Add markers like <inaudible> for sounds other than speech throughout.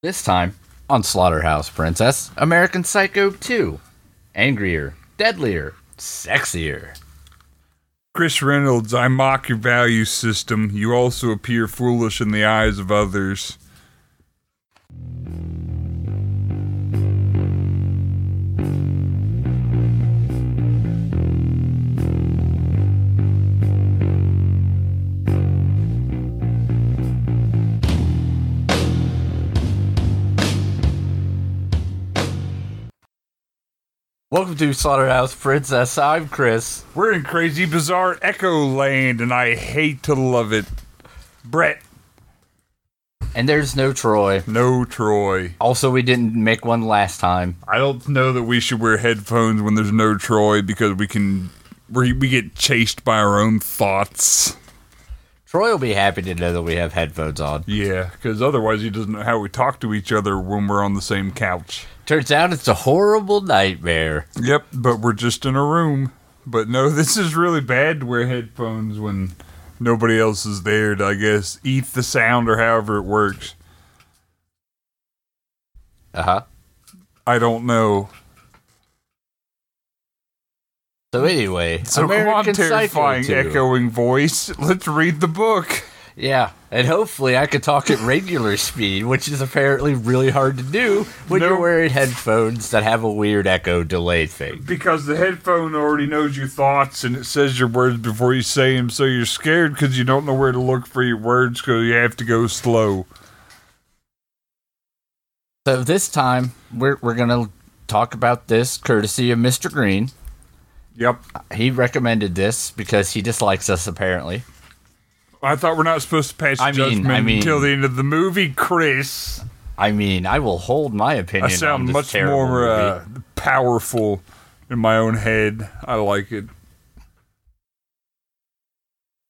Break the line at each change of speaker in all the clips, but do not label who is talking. This time on Slaughterhouse Princess, American Psycho 2. Angrier, deadlier, sexier.
Chris Reynolds, I mock your value system. You also appear foolish in the eyes of others.
Welcome to Slaughterhouse Princess. I'm Chris.
We're in crazy, bizarre Echo Land, and I hate to love it. Brett,
And there's no Troy.
no Troy.
Also, we didn't make one last time.
I don't know that we should wear headphones when there's no Troy because we can. We, we get chased by our own thoughts.
Troy will be happy to know that we have headphones on.
Yeah, because otherwise he doesn't know how we talk to each other when we're on the same couch.
Turns out it's a horrible nightmare.
Yep, but we're just in a room. But no, <laughs> this is really bad to wear headphones when nobody else is there to, I guess, eat the sound or however it works.
Uh huh.
I don't know.
So, anyway,
So come on,
American Psycho
terrifying,
2.
echoing voice. <laughs> Let's read the book.
Yeah, and hopefully I could talk at regular speed, which is apparently really hard to do when
No.
you're wearing headphones that have a weird echo delay thing.
Because the headphone already knows your thoughts and it says your words before you say them, so you're scared because you don't know where to look for your words because you have to go slow.
So this time we're we're gonna talk about this courtesy of Mr. Green.
Yep.
He recommended this because he dislikes us apparently.
I thought we're not supposed to pass
I mean- I
judgment
mean-
until the end of the movie, Chris.
I mean, I will hold my opinion.
I sound
on this
much
terrible
more
movie.
uh, powerful in my own head. I like it.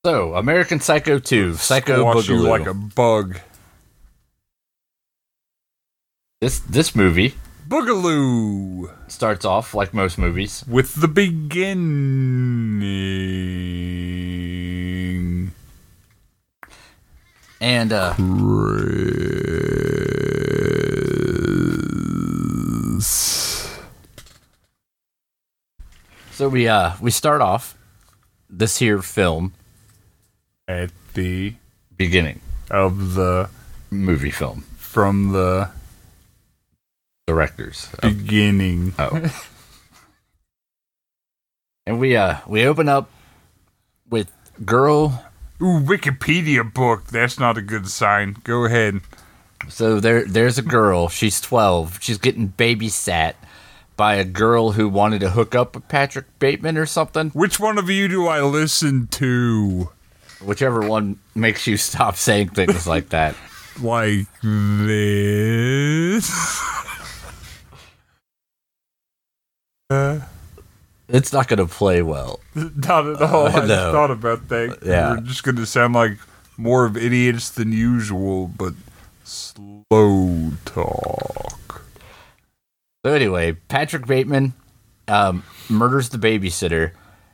So, American Psycho 2, Psycho
Squash you
Boogaloo.
like a bug.
this this movie
Boogaloo
starts off like most movies
with the beginning.
and uh
Chris.
so we uh we start off this here film
At the
beginning
of the
movie film
from the
directors.
beginning.
Oh. <laughs> and we uh we open up with girl
Ooh, Wikipedia book. That's not a good sign. Go ahead.
so there there's a girl, she's 12. She's getting babysat by a girl who wanted to hook up with Patrick Bateman or something,
Which one of you do I listen to?
whichever one makes you stop saying things like that.
Like this? <laughs> uh,
It's not going to play well.
not at all. I just
Uh, no.
thought about that.
Yeah.
We're just going to sound like more of idiots than usual, but slow talk.
So anyway, Patrick Bateman um, murders the babysitter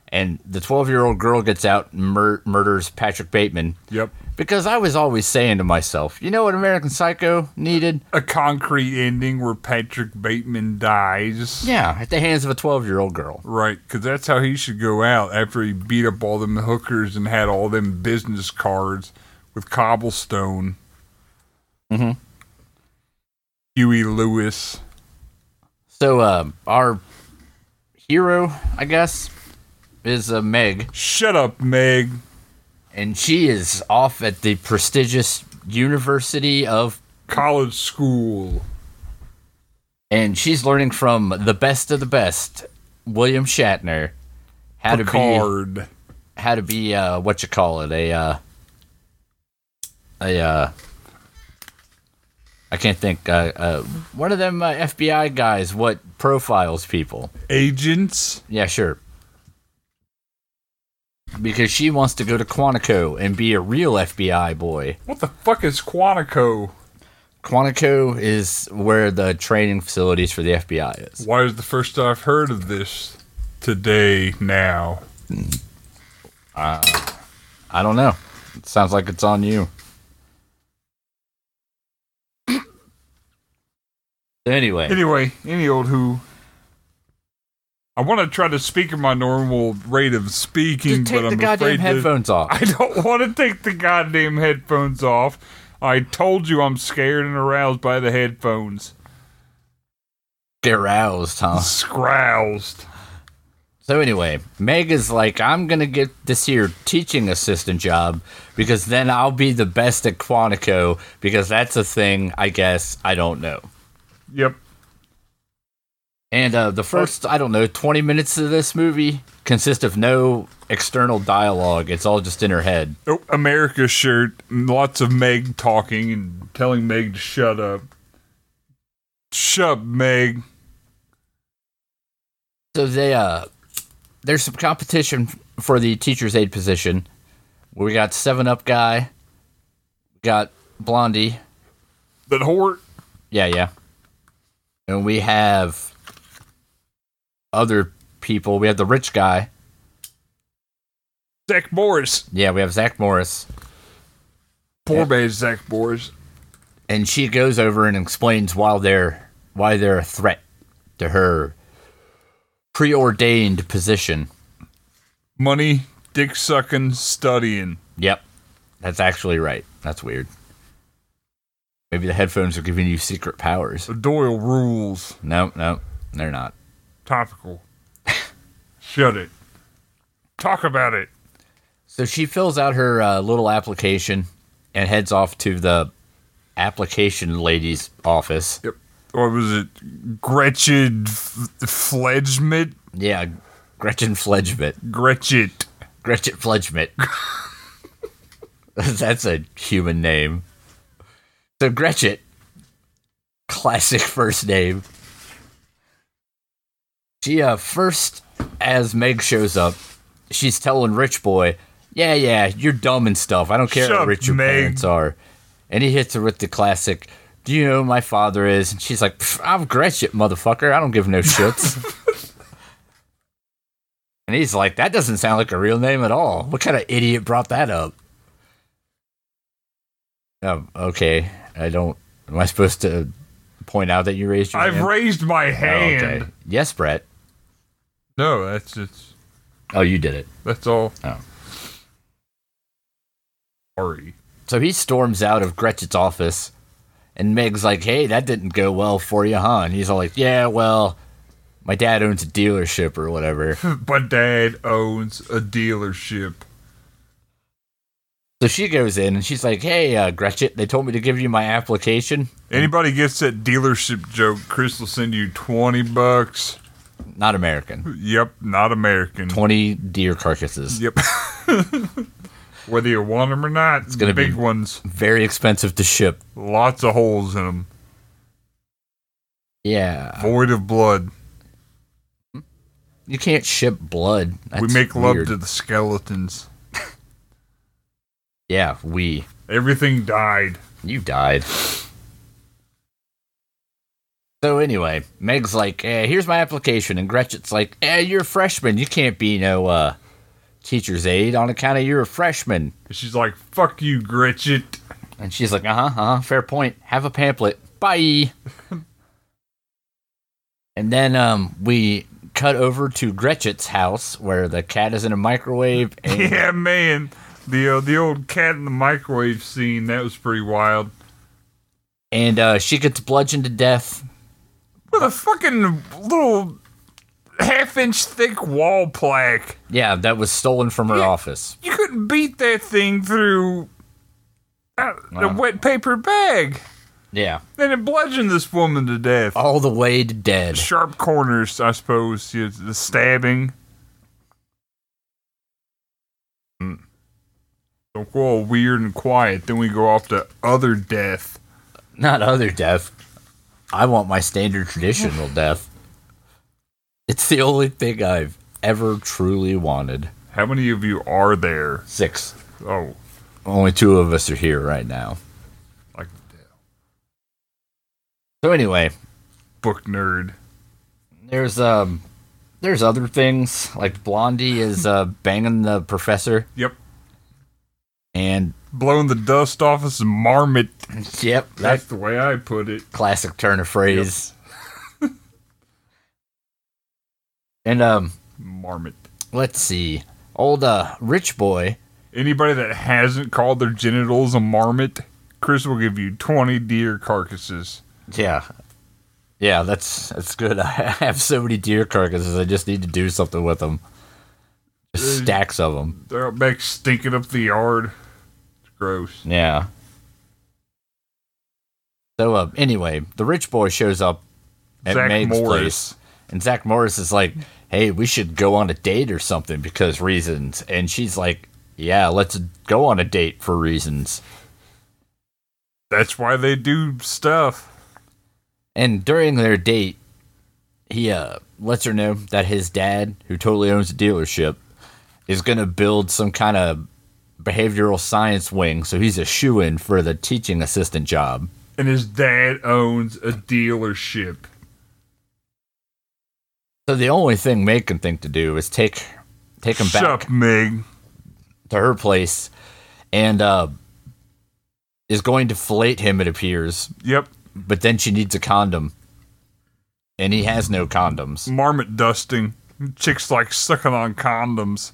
and the 12-year-old girl gets out and mur- murders Patrick Bateman
Yep.
Because I was always saying to myself, you know what American Psycho needed?
A concrete ending where Patrick Bateman dies.
Yeah, at the hands of a 12 year old girl.
Right, because that's how he should go out after he beat up all them hookers and had all them business cards with cobblestone.
Mhm.
Huey Lewis.
So, um, our hero, I guess, is uh, Meg,
Shut up, Meg.
and she is off at the prestigious University of,
College school.
and she's learning from the best of the best, William Shatner, how to
Picard.
be, how to be, uh, what you call it, a, uh, a, uh, I can't think. Uh, uh, one of them uh, FBI guys. What profiles people?
Agents.
Yeah, sure. Because she wants to go to Quantico and be a real FBI boy.
What the fuck is Quantico?
Quantico is where the training facilities for the FBI is.
Why is the first I've heard of this today now?
I don't know. It sounds like it's on you. Anyway,
Anyway, any old who. I want to try to speak at my normal rate of speaking,
just take
but
the
I'm
goddamn
afraid that-
headphones off.
<laughs> I don't want to take the goddamn headphones off. I told you I'm scared and aroused by the headphones.
They're roused, huh?
Scroused.
So anyway, Meg is like, I'm gonna get this here teaching assistant job because then I'll be the best at Quantico because that's a thing I guess I don't know.
Yep.
And uh, the first, I don't know, 20 minutes of this movie consist of no external dialogue. It's all just in her head.
Oh, America shirt. and Lots of Meg talking and telling Meg to shut up. Shut up, Meg.
So they, uh, there's some competition for the teacher's aide position. We got Seven Up guy, we got Blondie.
That whore.
Yeah, yeah. And we have other people. We have the rich guy.
Zach Morris.
Yeah, we have Zach Morris.
Poor man's Zach Morris.
and she goes over and explains why they're why they're a threat to her preordained position.
Money, dick sucking, studying.
Yep, that's actually right. That's weird. Maybe the headphones are giving you secret powers.
Doyle rules.
No, no, they're not.
<laughs> Topical. shut it. Talk about it.
So she fills out her uh, little application and heads off to the application lady's office.
Yep. Or was it Gretchen F- Fledgement?
Yeah, Gretchen Fledgebit.
Gretchen.
Gretchen Fledgmit. <laughs> That's a human name. So Gretchen, classic <laughs> first name. She uh, first, as Meg shows up, she's telling Rich Boy, "Yeah, yeah, you're dumb and stuff. I don't care
Shut
how
up,
rich your
Meg.
parents are." And he hits her with the classic, "Do you know who my father is?" And she's like, "Pff, "I'm Gretchen, motherfucker. I don't give no
<laughs>
shits." And he's like, that doesn't sound like a real name at all. What kind of idiot brought that up? Um, okay. I don't. Am I supposed to point out that you raised your
I've
hand?
raised my
Oh,
hand.
Yes, Brett.
No, that's just
Oh, you did it.
that's all.
Oh.
Sorry.
So he storms out of Gretchen's office, and Meg's like, hey, that didn't go well for you, huh? And he's all like, yeah, well, my dad owns a dealership or whatever.
But dad owns a dealership.
so she goes in and she's like, hey, uh, Gretchen, they told me to give you my application.
Anybody gets that dealership joke, Chris will send you twenty bucks.
Not American.
Yep, not American.
20 deer carcasses.
Yep. <laughs> Whether you want them or not, it's
gonna be-
big ones.
very expensive to ship.
Lots of holes in them,
Yeah,
void of blood.
you can't ship blood.
we
That's
make love
weird.
to the skeletons.
Yeah, we.
Everything died.
You died. So anyway, Meg's like, eh, "Here's my application," and Gretchen's like, "Eh, you're a freshman. You can't be no uh, teacher's aide on account of you're a freshman."
And she's like, "Fuck you, Gretchen." <laughs>
And she's like, "Uh huh, uh huh. Fair point. Have a pamphlet. Bye." <laughs> and then um, we cut over to Gretchen's house where the cat is in a microwave and
Yeah, man. The uh, the old cat in the microwave scene that was pretty wild.
and uh, she gets bludgeoned to death.
With a fucking little half inch thick wall plaque,
Yeah, that was stolen from her office.
you couldn't beat that thing through uh, a wet paper bag.
Yeah,
Then it bludgeoned this woman to death.
all the way to dead.
Sharp corners, I suppose. yeah, The stabbing. Hmm. So we're all weird and quiet. Then we go off to other death.
Not other death. I want my standard traditional death. It's the only thing I've ever truly wanted.
How many of you are there?
Six.
Oh,
Only two of us are here right now.
like
So anyway,
book nerd.
there's um, there's other things like Blondie is uh banging the professor
Yep.
and
blown the dust off of some marmot.
Yep,
That's
that's
the way I put it.
classic turn of phrase. <laughs> and um,
Marmot.
let's see, old uh, rich boy.
Anybody that hasn't called their genitals a marmot, Chris will give you 20 deer carcasses.
Yeah, yeah, that's that's good. <laughs> I have so many deer carcasses. I just need to do something with them. Just stacks of them.
They're out back stinking up the yard. It's gross.
Yeah. So uh, anyway, the rich boy shows up at
Zach
Meg's
Morris.
place, and Zach Morris is like, "Hey, we should go on a date or something because reasons." And she's like, "Yeah, let's go on a date for reasons."
That's why they do stuff.
And during their date, he uh, lets her know that his dad, who totally owns a dealership, is going to build some kind of behavioral science wing. So he's a shoe in for the teaching assistant job.
And his dad owns a dealership.
So the only thing Meg can think to do is take take him
Shut
back
up, Meg.
to her place, and uh, is going to fillet him. It appears,
Yep.
but then she needs a condom, and he has no condoms.
Marmot dusting. Chicks like sucking on condoms.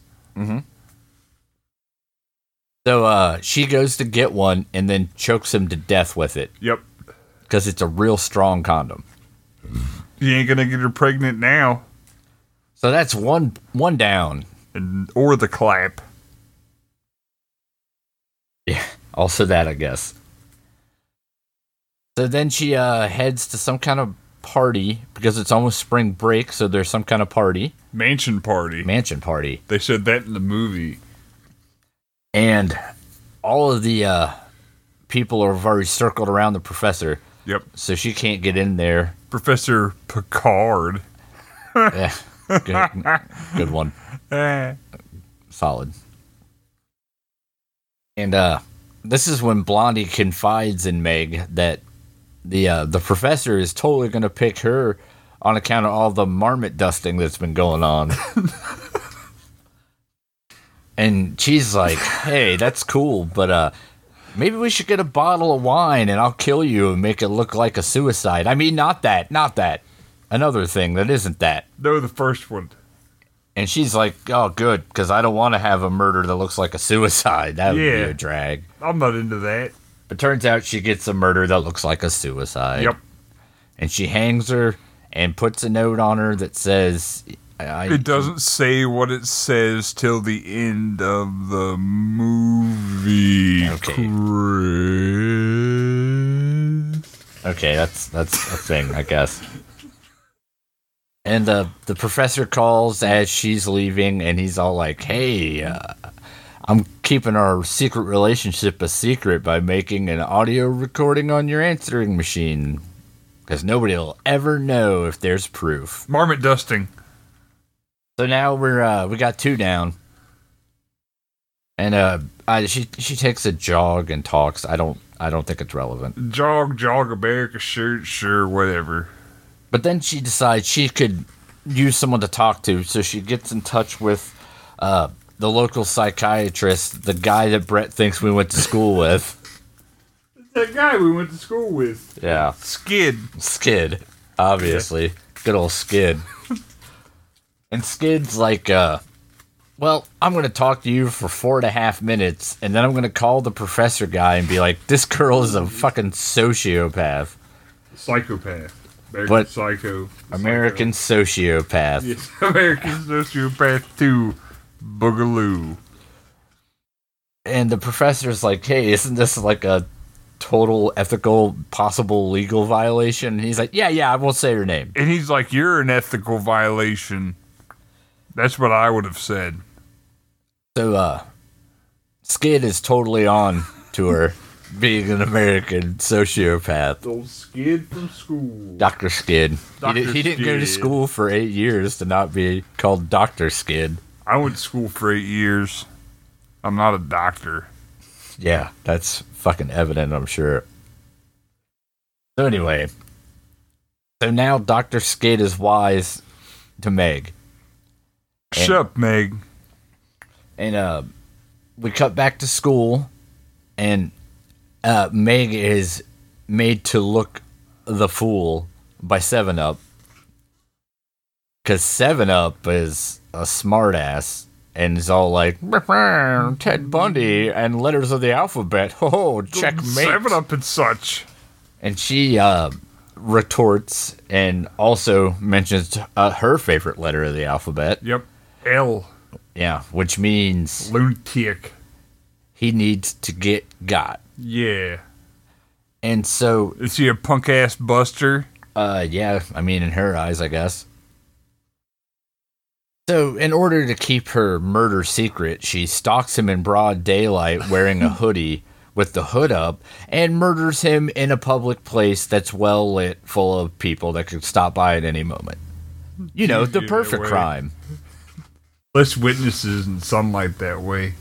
So uh, she goes to get one and then chokes him to death with it
Yep.
because it's a real strong condom.
You ain't gonna get her pregnant now.
So that's one one down.
And or the clap.
Yeah, also that I guess. So then she uh, heads to some kind of party because it's almost spring break, so there's some kind of party,
Mansion party.
mansion party,
They said that in the movie.
and all of the uh, people are already circled around the professor,
Yep.
so she can't get in there. <laughs>
Professor Picard.
Eh, good, good one.
Eh.
solid. And uh this is when Blondie confides in Meg that the uh, the professor is totally going to pick her on account of all the marmot dusting that's been going on. <laughs> and she's like, "Hey, that's cool, but uh maybe we should get a bottle of wine and I'll kill you and make it look like a suicide. I mean, not that, not that. Another thing that isn't that."
No, the first one.
And she's like, "Oh, good, because I don't want to have a murder that looks like a suicide. That would
Yeah.
be a drag."
I'm not into that.
But turns out she gets a murder that looks like a suicide.
Yep.
And she hangs her and puts a note on her that says, "I."
It doesn't say what it says till the end of the movie.
Okay.
Chris.
Okay, that's that's a thing, I guess. And uh, the professor calls as she's leaving, and he's all like, "Hey, uh, I'm keeping our secret relationship a secret by making an audio recording on your answering machine, because nobody'll ever know if there's proof."
Marmot dusting.
So now we're uh, we got two down, and uh, I, she she takes a jog and talks. I don't I don't think it's relevant.
Jog, jog, America, shirt, sure, whatever.
But then she decides she could use someone to talk to, so she gets in touch with uh, the local psychiatrist, the guy that Brett thinks we went to school with.
That guy we went to school with.
Yeah,
Skid.
Skid, obviously, good old Skid. and Skid's like, uh, "Well, I'm going to talk to you for four and a half minutes, and then I'm going to call the professor guy and be like, this girl is a fucking sociopath,
Psychopath. American
But-
psycho.
American sociopath."
Yes, <laughs> American sociopath 2. Boogaloo.
and the professor's like, "Hey, isn't this like a total ethical, possible legal violation?" And he's like, "Yeah, yeah, I won't say your name."
And he's like, You're an ethical violation. That's what I would have said.
So, uh, Skid is totally on to her being an American sociopath.
Old skid from school.
Doctor Skid.
Dr.
He, di- he didn't go to
Skid.
school for eight years to not be called Doctor Skid.
I went to school for eight years. I'm not a doctor.
Yeah, that's fucking evident, I'm sure. So anyway, so now Doctor Skid is wise to Meg.
Shut up, Meg.
and uh, we cut back to school, and uh, Meg is made to look the fool by Seven Up, because Seven Up is a smartass and is all like "Brr, Ted Bundy and letters of the alphabet. <laughs> Oh, checkmate!
Seven up and such.
And she uh, retorts and also mentions uh, her favorite letter of the alphabet.
Yep. L.
Yeah, which means
Lunatic.
he needs to get got.
Yeah.
And so,
Is he a punk ass buster?
uh, yeah, I mean, in her eyes, I guess. So, in order to keep her murder secret, she stalks him in broad daylight wearing a hoodie with the hood up and murders him in a public place that's well lit, full of people that could stop by at any moment. You know, the
Either
perfect
way.
crime.
Less witnesses in sunlight that way.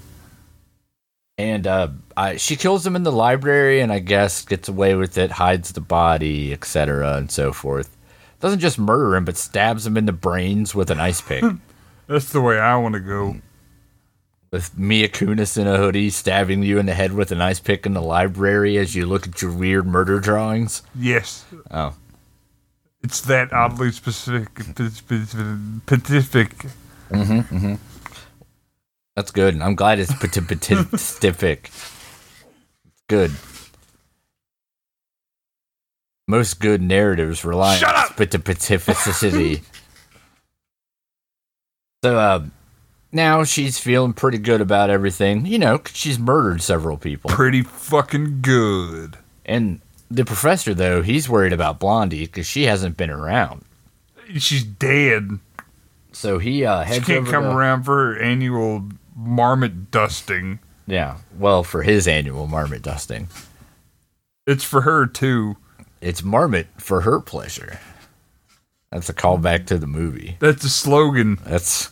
And uh, I, she kills him in the library, and I guess gets away with it, hides the body, etc., and so forth. Doesn't just murder him, but stabs him in the brains with an ice pick.
That's the way I want to go.
with Mia Kunis in a hoodie, stabbing you in the head with an ice pick in the library as you look at your weird murder drawings.
Yes.
Oh,
It's that oddly specific, specific, specific.
that's good. I'm glad it's
<laughs>
specific. good. Most good narratives rely
Shut
on
up! <laughs>
specificity. so uh, now she's feeling pretty good about everything. You know, 'cause she's murdered several people.
Pretty fucking good.
And the professor, though, he's worried about Blondie because she hasn't been around.
She's dead.
So he uh,
She
heads
can't
over
come
to-
around for her annual marmot dusting.
Yeah, well, for his annual marmot dusting,
It's for her too.
it's marmot for her pleasure. That's a callback to the movie.
That's the slogan.
That's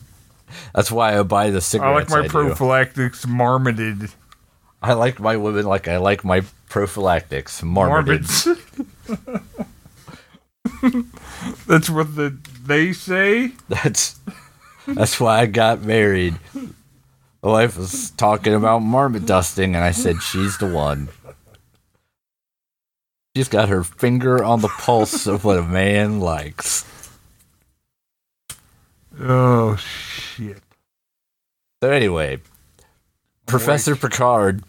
that's why I buy the
I like
cigarettes.
my
do.
prophylactics marmoted.
I like my women like I like my prophylactics marmoted.
Marmots. <laughs> That's what the, they say.
<laughs> That's that's why I got married. My wife was talking about marmot dusting, and I said she's the one. She's got her finger on the pulse of what a man likes.
Oh shit!
So anyway, Professor Picard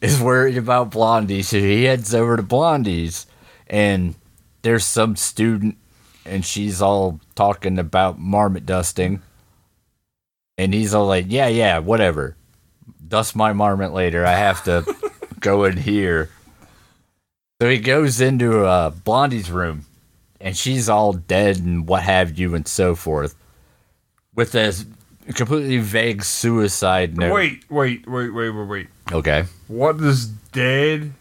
is worried about Blondie, so he heads over to Blondie's, and there's some student, and she's all talking about marmot dusting, and he's all like, "Yeah, yeah, whatever. Dust my marmot later. I have to go in here." So he goes into uh, Blondie's room, and she's all dead and what have you, and so forth with this completely vague suicide note.
Wait, wait, wait, wait, wait, wait.
Okay.
What is dead?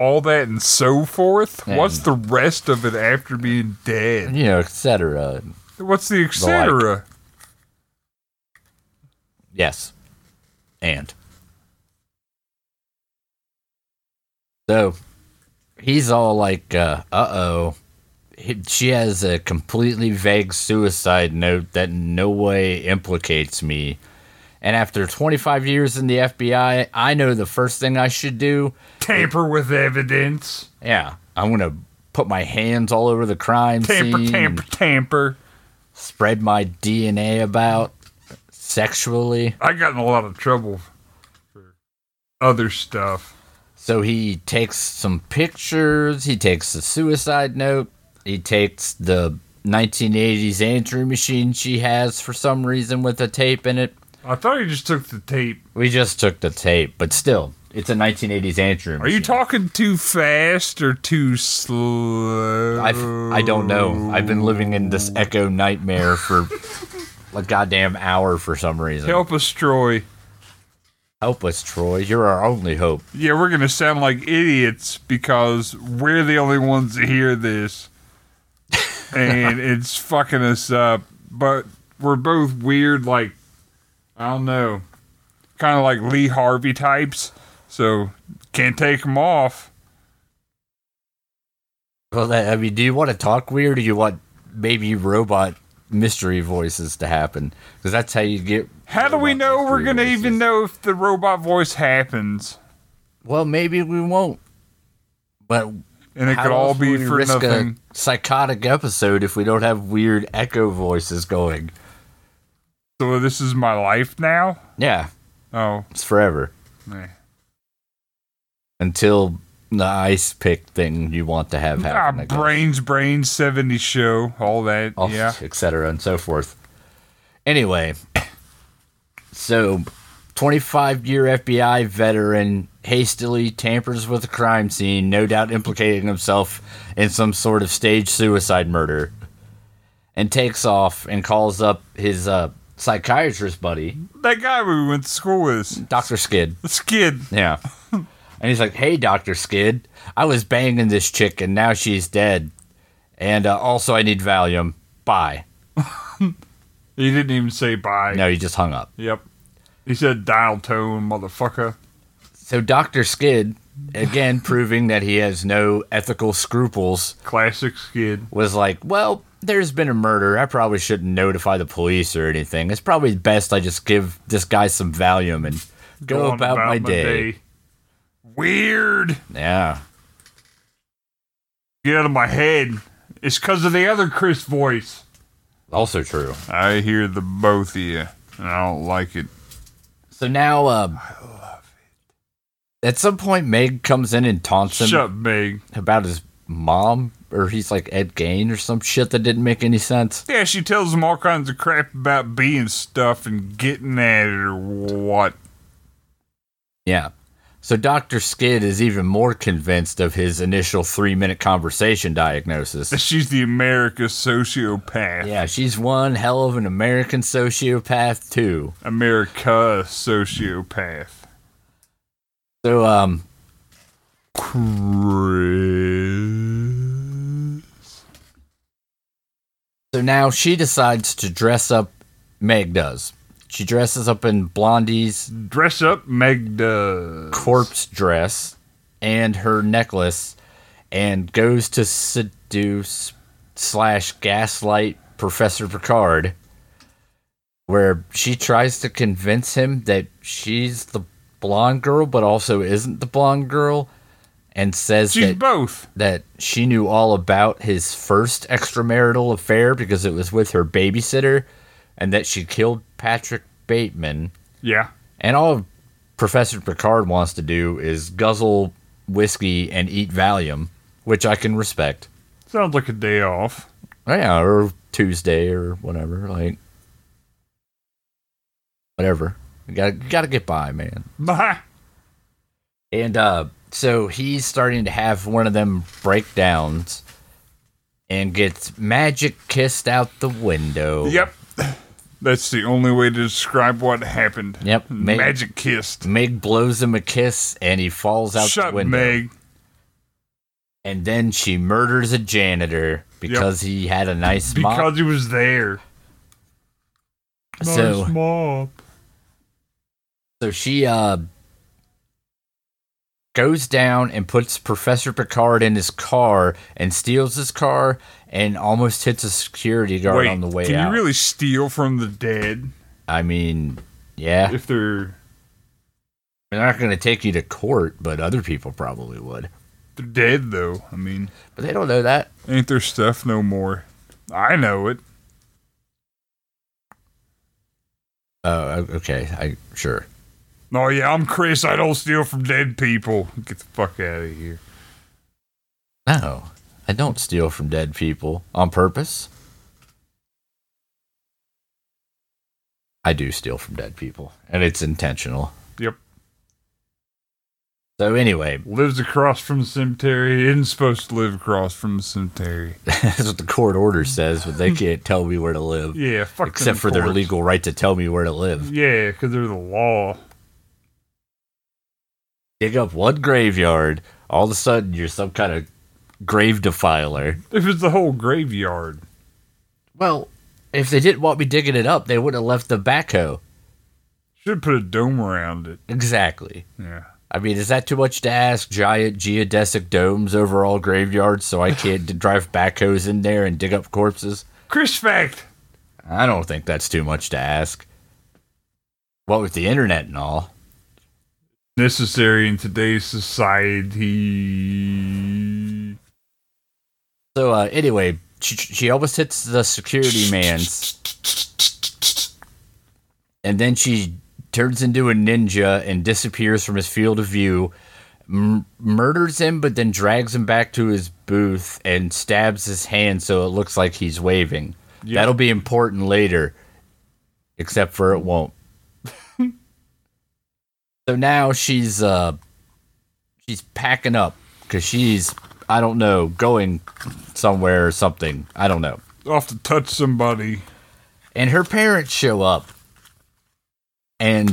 All that and so forth. What's the rest of it after being dead?
You know, etc.
What's the etc.
Yes. And. So he's all like, uh oh. She has a completely vague suicide note that in no way implicates me. And after 25 years in the FBI, I know the first thing I should do
Tamper with evidence.
Yeah, I'm gonna put my hands all over the crime
Tamper,
scene,
tamper, tamper.
spread my DNA about sexually.
I got in a lot of trouble for other stuff.
So he takes some pictures. He takes the suicide note. He takes the 1980s answering machine she has for some reason with a tape in it.
I thought he just took the tape.
We just took the tape, but still, it's a 1980s answering.
Are you
machine.
talking too fast or too slow?
I've, I don't know. I've been living in this echo nightmare
<laughs>
for a goddamn hour for some reason.
Help us, Troy.
Help us, Troy. You're our only hope.
Yeah, we're gonna sound like idiots because we're the only ones that hear this, and it's fucking us up. But we're both weird, like I don't know, kind of like Lee Harvey types. So can't take them off.
Well, that, I mean, do you want to talk weird or do you want maybe robot mystery voices to happen because that's how you get.
How do we
robot
know we're
mystery
gonna
voices.
even know if the robot voice happens?
Well, maybe we won't. But
And it
how
could all
else would
be
we
for
risk
nothing.
a psychotic episode if we don't have weird echo voices going.
So this is my life now.
Yeah,
Oh,
it's forever
eh.
until the ice pick thing you want to have
ah,
happen. I guess.
brains, brains, seventy show, all that.
all-
yeah,
et cetera, and so forth. Anyway, so 25 year FBI veteran hastily tampers with a crime scene, no doubt implicating himself in some sort of staged suicide murder, and takes off and calls up his uh, psychiatrist buddy,
that guy we went to school with,
Dr. Skid.
this kid.
Yeah. <laughs> And he's like, hey, Dr. Skid, I was banging this chick and now she's dead. And uh, also, I need Valium. Bye.
He didn't even say bye.
No, he just hung up.
Yep, he said dial tone, motherfucker.
So Dr. Skid, <laughs> again proving that he has no ethical scruples,
Classic skid.
was like, Well, there's been a murder. I probably shouldn't notify the police or anything. It's probably best I just give this guy some Valium and go,
on
about, my, day.
Weird.
Yeah.
Get out of my head. It's because of the other Chris voice.
Also true.
I hear the both of you, and I don't like it.
So now, um, at some point, Meg comes in and taunts him
Shut up, Meg.
about his mom, or he's like Ed Gain or some shit that didn't make any sense.
Yeah, she tells him all kinds of crap about being stuff and getting at it or what. <laughs>
Yeah. So Dr. Skid is even more convinced of his initial three minute conversation diagnosis.
She's the America
<laughs>
sociopath.
yeah, she's one hell of an American sociopath, too.
America sociopath.
So, um,
Chris.
so now she decides to dress up. Meg does. She dresses up in Blondie's
Dress up, Megda.
corpse dress and her necklace and goes to seduce slash gaslight Professor Picard, where she tries to convince him that she's the blonde girl, but also isn't the blonde girl, and says
She's
that
both.
that she knew all about his first extramarital affair because it was with her babysitter, and that she killed Patrick Bateman.
Yeah.
And all Professor Picard wants to do is guzzle whiskey and eat Valium, which I can respect. Oh,
Sounds like a day off.
Yeah, or Tuesday or whatever. Like, whatever. You gotta, gotta get by, man.
Bah.
And uh, so he's starting to have one of them breakdowns and gets magic kissed out the window.
Yep. That's the only way to describe what happened.
Yep, Meg-
Magic kissed.
Meg blows him a kiss and he falls out
Shut
the window.
Meg.
and then she murders a janitor because he had a nice mop.
Because he was there.
So,
nice mop.
so she uh, goes down and puts Professor Picard in his car and steals his car and almost hits a security guard
Wait,
on the way
can
out.
you really steal from
<laughs>
the dead
I mean, yeah,
if they're
they're not going to take you to court, but other people probably would.
they're dead though? I mean,
But they don't know that.
ain't their stuff no more? I know it.
Oh, o- okay. I sure.
Oh yeah, I'm Chris. I don't steal from dead people. Get the fuck out of here.
No, I don't steal from dead people on purpose. I do steal from dead people, and it's intentional.
Yep.
So anyway, <laughs>
Lives across from the cemetery. Isn't supposed to live across from the cemetery.
that's what the court order says, but they can't tell me where to <laughs> live
Yeah, fuck. them
except for their
courts.
legal right to tell me where to live.
Yeah, because they're the law.
Dig up one graveyard, all of a sudden you're some kind of grave defiler.
It was the whole graveyard.
Well, if they didn't want me digging it up, they would have left the backhoe.
Should put a dome around it.
Exactly.
Yeah.
I mean, is that too much to ask? Giant geodesic domes over all graveyards, so I can't d- drive backhoes in there and dig up corpses.
Chris fact.
I don't think that's too much to ask. What with the internet and all.
Necessary in today's society.
So uh, anyway, she, she almost hits the security man's, and then she turns into a ninja and disappears from his field of view. M- murders him, but then drags him back to his booth and stabs his hand so it looks like he's waving.
Yeah.
That'll be important later, except for it won't. <laughs> so now she's uh she's packing up because she's I don't know going somewhere or something I don't know.
Off to touch somebody.
And her parents show up, and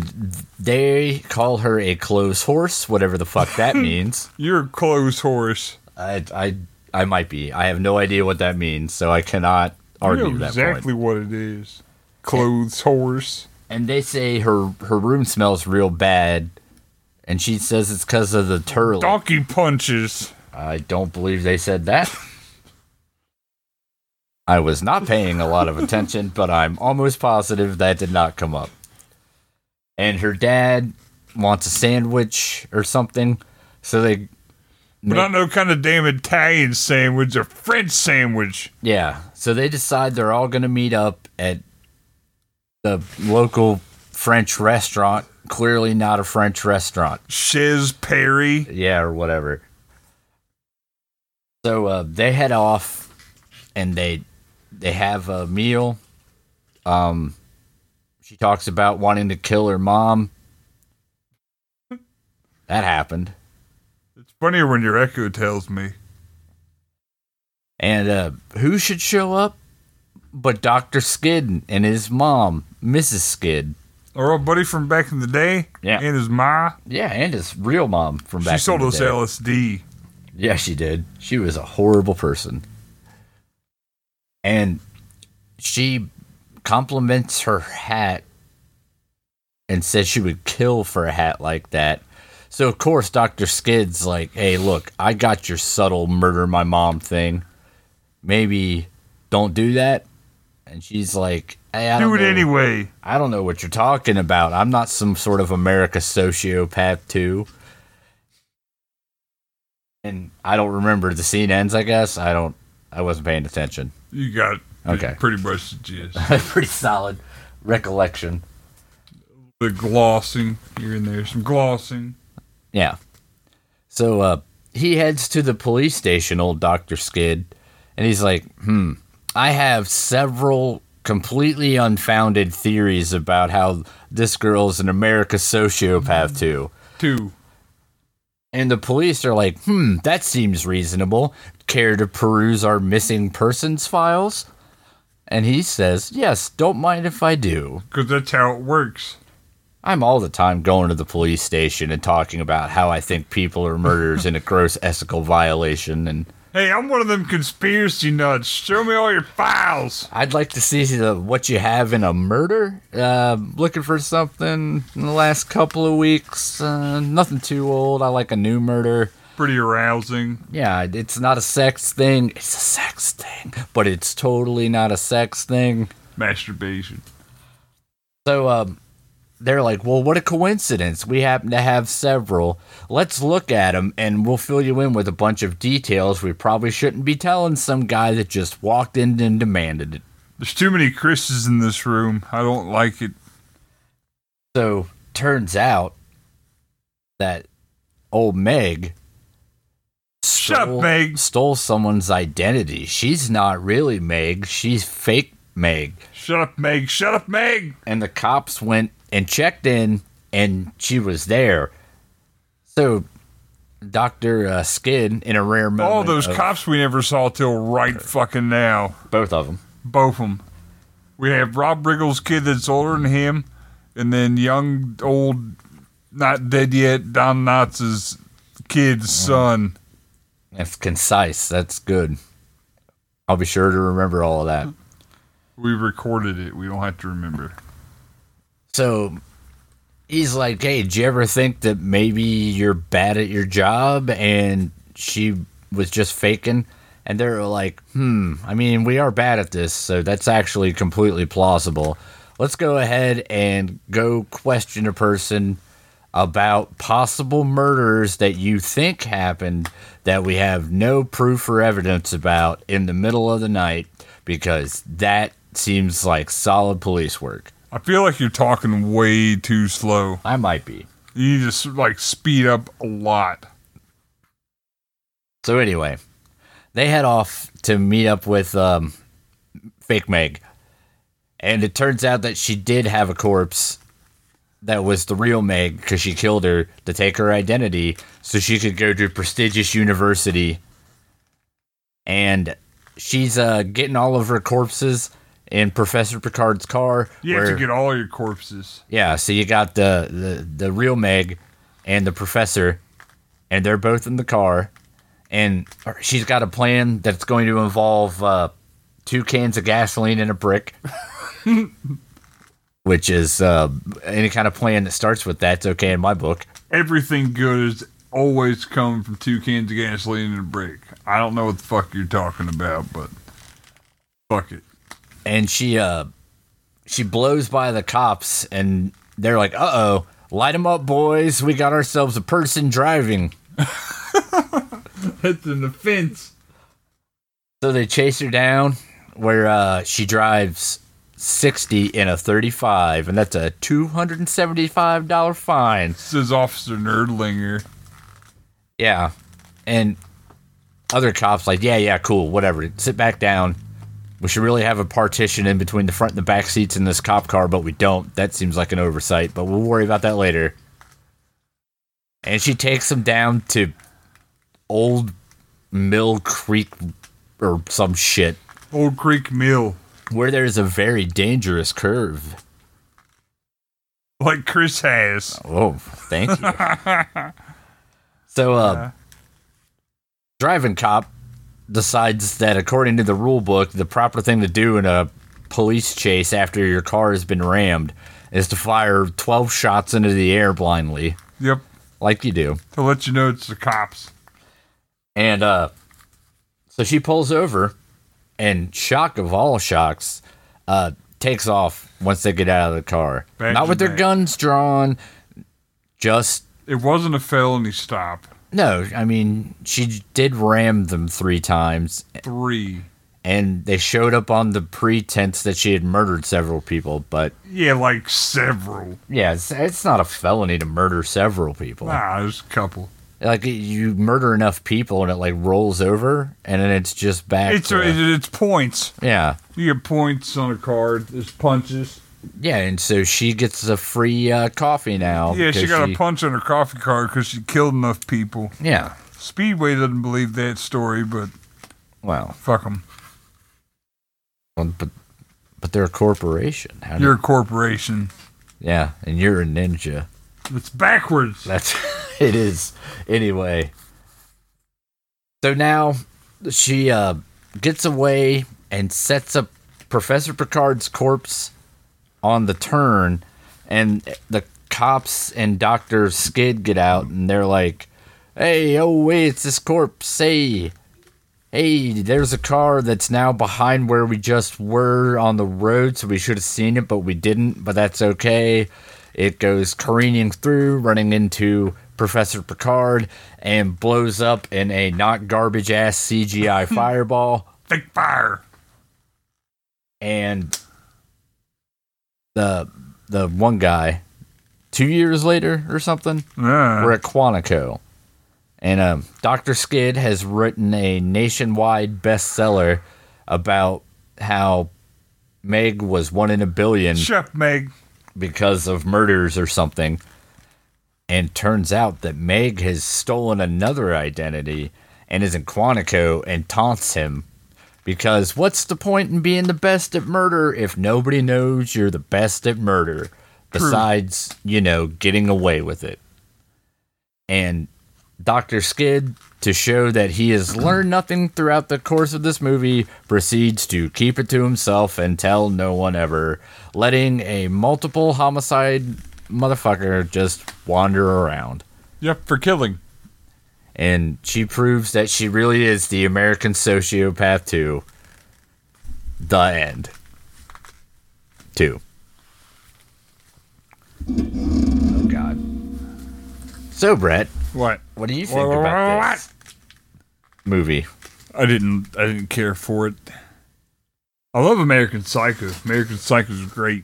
they call her a close horse, whatever the fuck that
<laughs>
means.
You're a close horse.
I I I might be. I have no idea what that means, so I cannot
You
argue
know
that point.
exactly what it is. Clothes horse.
and they say her her room smells real bad and she says it's because of the turtle
Donkey punches.
i don't believe they said that i was not paying a lot of attention but i'm almost positive that did not come up and her dad wants a sandwich or something so they
But not no kind of damn Italian sandwich or French sandwich.
yeah so they decide they're all going to meet up at the local french restaurant clearly not a french restaurant
Shiz Perry.
yeah, or whatever. So uh, they head off, and they they have a meal. Um, she talks about wanting to kill her mom. That happened,
It's funnier when your echo tells me.
and uh, who should show up? But Doctor Skid and his mom, Mrs. Skid.
Our old buddy from back in the day.
Yeah.
And his ma.
Yeah, and his real mom from back.
She sold
in the
us
day.
LSD.
Yeah, she did. She was a horrible person. And she compliments her hat and says she would kill for a hat like that. So, of course, Dr. Skid's like, hey, look, I got your subtle murder my mom thing. Maybe don't do that. And she's like, hey, I
Do
don't
it
know.
anyway.
I don't know what you're talking about. I'm not some sort of America sociopath too. And I don't remember the scene ends, I guess. I don't I wasn't paying attention. <laughs>
You got
Okay.
pretty much the gist.
Pretty solid recollection.
The glossing here and there. Some glossing.
Yeah. So uh he heads to the police station, old Dr. Skid, and he's like, "Hmm, I have several completely unfounded theories about how this girl's an America sociopath too."
Two.
And the police are like, hmm, that seems reasonable. Care to peruse our missing persons files? And he says, yes, don't mind if I do.
Because that's how it works.
I'm all the time going to the police station and talking about how I think people are murderers in a gross ethical violation. And
Hey, I'm one of them conspiracy nuts. Show me all your files.
I'd like to see the, what you have in a murder. Uh, looking for something in the last couple of weeks. Uh, nothing too old. I like a new murder.
Pretty arousing.
Yeah, it's not a sex thing. It's a sex thing, but it's totally not a sex thing.
Masturbation.
So um, they're like, well, what a coincidence. We happen to have several. Let's look at them and we'll fill you in with a bunch of details we probably shouldn't be telling some guy that just walked in and demanded it.
There's too many Chris's in this room. I don't like it.
So turns out that old Meg.
Shut up, Meg.
Stole someone's identity. She's not really Meg. She's fake Meg.
Shut up, Meg. Shut up, Meg.
and the cops went and checked in and she was there so dr uh, skid in a rare moment
All those
of-
cops we never saw till right fucking now.
both of them
Both of them. We have Rob Riggle's kid that's older than him, and then young, old, not dead yet, Don Knotts' kid's son.
that's concise that's good i'll be sure to remember all of that
We recorded it. We don't have to remember.
so he's like hey did you ever think that maybe you're bad at your job and she was just faking And they're like, hmm, I mean, we are bad at this, so that's actually completely plausible. Let's go ahead and go question a person about possible murders that you think happened that we have no proof or evidence about in the middle of the night because that seems like solid police work.
I feel like you're talking way too slow.
I might be.
You need to like speed up a lot.
So anyway, they head off to meet up with um, Fake Meg, and it turns out that she did have a corpse that was the real Meg because she killed her to take her identity so she could go to a prestigious university. And she's uh, getting all of her corpses in Professor Picard's car.
You have
where-
to get all your corpses.
yeah, so you got the, the the real Meg and the professor, and they're both in the car, and she's got a plan that's going to involve uh, two cans of gasoline and a brick, <laughs> which is uh, any kind of plan that starts with that's okay in my book.
Everything good is always come from two cans of gasoline and a brick. I don't know what the fuck you're talking about, but fuck it.
and she uh she blows by the cops and they're like uh-oh light 'em up boys we got ourselves a person driving
That's an offense.
so they chase her down where uh she drives 60 in a 35 and that's a $275 fine
Says Officer Nerdlinger.
yeah and other cops like yeah yeah cool whatever sit back down we should really have a partition in between the front and the back seats in this cop car but we don't that seems like an oversight but we'll worry about that later and she takes him down to old mill creek or some shit
Old Creek Mill.
where there's a very dangerous curve
Like Chris has.
Oh, thank you. so, uh, driving cop decides that according to the rule book, the proper thing to do in a police chase after your car has been rammed is to fire 12 shots into the air blindly,
Yep.
like you do.
To let you know it's the cops.
And uh, so she pulls over, and shock of all shocks, uh, takes off once they get out of the car.
Back
Not
to
with their
back.
guns drawn, just
It wasn't a felony stop.
No, I mean she did ram them three times,
Three.
and they showed up on the pretense that she had murdered several people. But
Yeah, like several.
yeah, it's, it's not a felony to murder several people.
Nah, there's a couple.
Like you murder enough people, and it like rolls over, and then it's just back.
It's
to-
it, it's points.
yeah,
You get points on a card. There's punches.
yeah, and so she gets a free uh, coffee now.
Yeah, she
because
got a punch on her coffee card because she killed enough people.
Yeah,
Speedway doesn't believe that story, but
well,
fuck them.
well, but but they're a corporation. How do-
You're a corporation.
yeah, and you're a ninja.
It's backwards.
That's <laughs> it is anyway. So now she uh, gets away and sets up Professor Picard's corpse on the turn, and the cops and Doctor Skid get out, and they're like, "Hey, oh wait, it's this corpse. Hey, hey, there's a car that's now behind where we just were on the road, so we should have seen it, but we didn't. But that's okay. It goes careening through, running into." Professor Picard and blows up in a not garbage ass CGI fireball
Thick fire.
and the the one guy two years later or something
Yeah.
we're at quantico and um, dr skid has written a nationwide bestseller about how meg was one in a billion
Chef Meg.
because of murders or something and turns out that meg has stolen another identity and is in quantico and taunts him because what's the point in being the best at murder if nobody knows you're the best at murder besides, you know, getting away with it? And Dr. Skid, to show that he has learned nothing throughout the course of this movie, proceeds to keep it to himself and tell no one ever, letting a multiple homicide motherfucker just wander around.
Yep, for killing.
and she proves that she really is the American sociopath too. The end. Two. Oh God. So Brett,
What?
what do you think
Wha- wha-
about
wha-
this movie?
I didn't. I didn't care for it. I love American Psycho. American Psycho is great.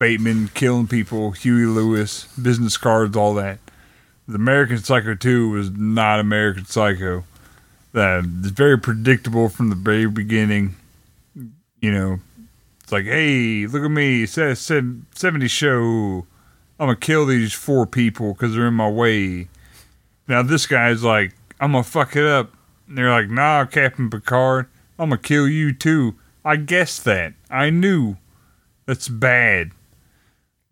Bateman killing people, Huey Lewis, business cards, all that. The American Psycho 2 was not American Psycho. Uh, it's very predictable from the very beginning. You know, it's like, hey, look at me, se- se- 70 show. I'm going to kill these four people because they're in my way. Now this guy's like, I'm gonna fuck it up. And they're like, Nah, Captain Picard, I'm gonna kill you too. I guessed that. I knew. That's bad.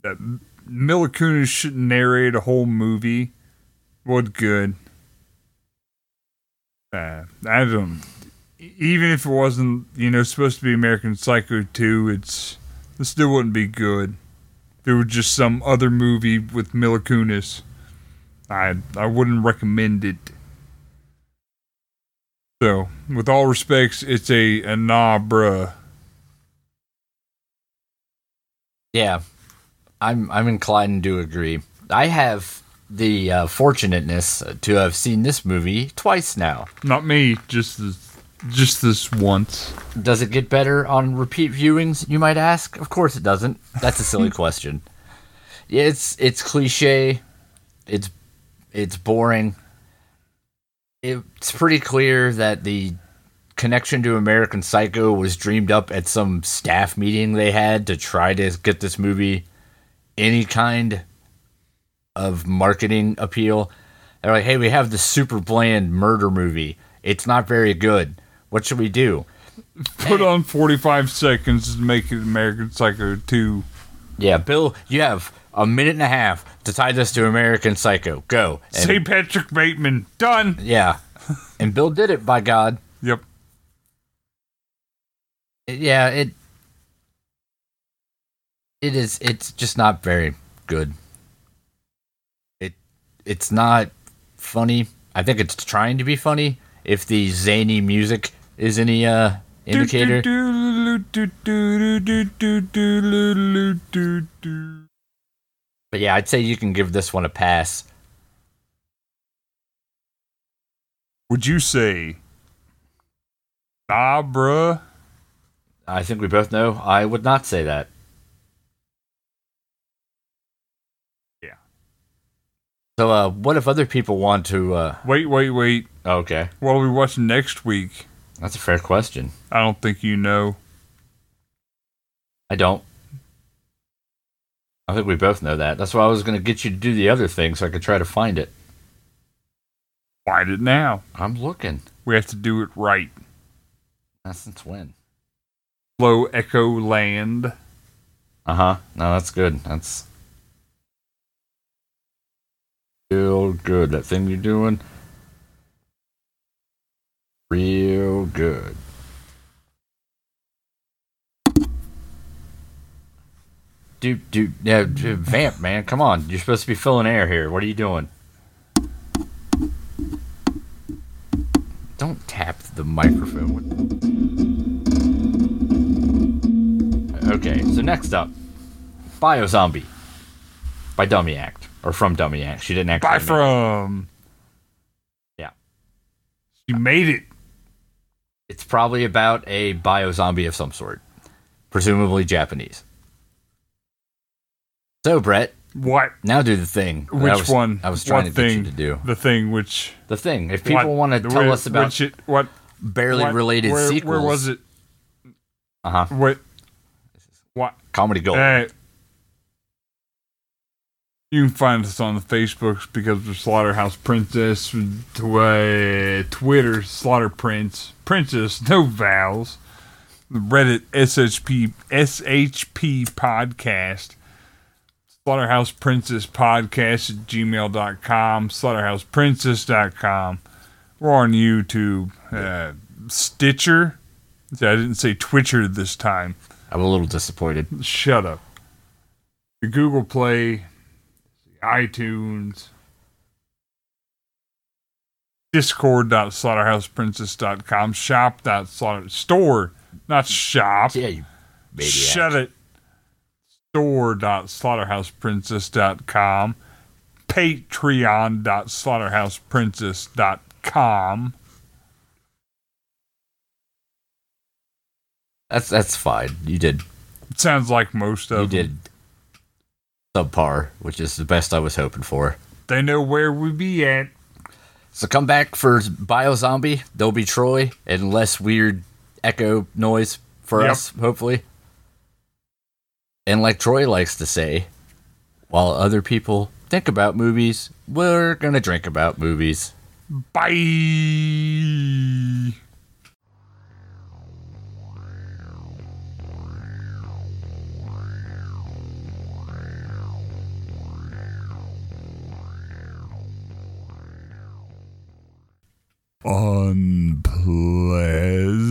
That Mila Kunis should narrate a whole movie. What good? Uh, I don't. Even if it wasn't, you know, supposed to be American Psycho 2, it's it still wouldn't be good. If it was just some other movie with Mila Kunis. I I wouldn't recommend it. So, with all respects, it's a, a nah, bruh.
Yeah, I'm I'm inclined to agree. I have the uh, fortunateness to have seen this movie twice now.
Not me, just this, just this once.
Does it get better on repeat viewings, you might ask? Of course it doesn't. That's a silly question. Yeah, it's it's cliche. It's it's boring. It's pretty clear that the connection to American Psycho was dreamed up at some staff meeting they had to try to get this movie any kind of marketing appeal. They're like, hey, we have this super bland murder movie. It's not very good. What should we do?
Put on 45 seconds to make it American Psycho 2.
Yeah, Bill, you have a minute and a half to tie this to American Psycho. Go. And-
St. Patrick Bateman, done!
yeah. and Bill did it, by God.
Yep.
Yeah, it it is it's just not very good. It it's not funny. I think it's trying to be funny if the zany music is any uh indicator. But yeah, I'd say you can give this one a pass.
Would you say, nah, bruh?
I think we both know I would not say that.
Yeah.
So, uh, what if other people want to? Uh,
Wait, wait, wait.
okay,
What are we watching next week?
that's a fair question.
I don't think you know.
I don't. I think we both know that. That's why I was going to get you to do the other thing so I could try to find it.
Find it now.
I'm looking.
We have to do it right.
That's since when?
Low Echo Land.
Uh huh. No, that's good. That's real good. That thing you're doing, real good. Dude, dude, yeah, dude, vamp, man, come on! You're supposed to be filling air here. What are you doing? Don't tap the microphone. What- Okay, so next up, Bio Zombie by Dummy Act or from Dummy Act. She didn't actually.
Buy
make-
from.
Yeah.
You made it.
It's probably about a bio zombie of some sort, presumably Japanese. So Brett,
What?
now do the thing. that
Which
I was,
one?
I was trying
what
to get
thing,
you to do
The thing which.
the thing. If people want to tell us about
Which it, what?
barely
what-
related
where,
sequels,
Where was it?
Uh huh.
What? What?
Comedy Gold.
Hey. You can find us on the Facebooks because of Slaughterhouse Princess, tw- Twitter Slaughter Prince, Princess No Vowels, Reddit SHP SHP Podcast, Slaughterhouse Princess Podcast at gmail.com, slaughterhouseprincess.com. We're on YouTube, uh, Stitcher. See, I didn't say Twitcher this time.
I'm a little disappointed.
Shut up. The Google Play, the iTunes, discord.slaughterhouseprincess.com, shop.slaughter, store, not shop.
Yeah, you maniac.
Shut it. Store.slaughterhouseprincess.com, patreon.slaughterhouseprincess.com.
That's that's fine. You did
It sounds like most of
you did
them.
subpar, which is the best I was hoping for.
They know where we be at.
So come back for Bio Zombie. There'll be Troy and less weird echo noise for
Yep.
us, hopefully. And like Troy likes to say, while other people think about movies, we're gonna drink about movies.
Bye. Unpleasant.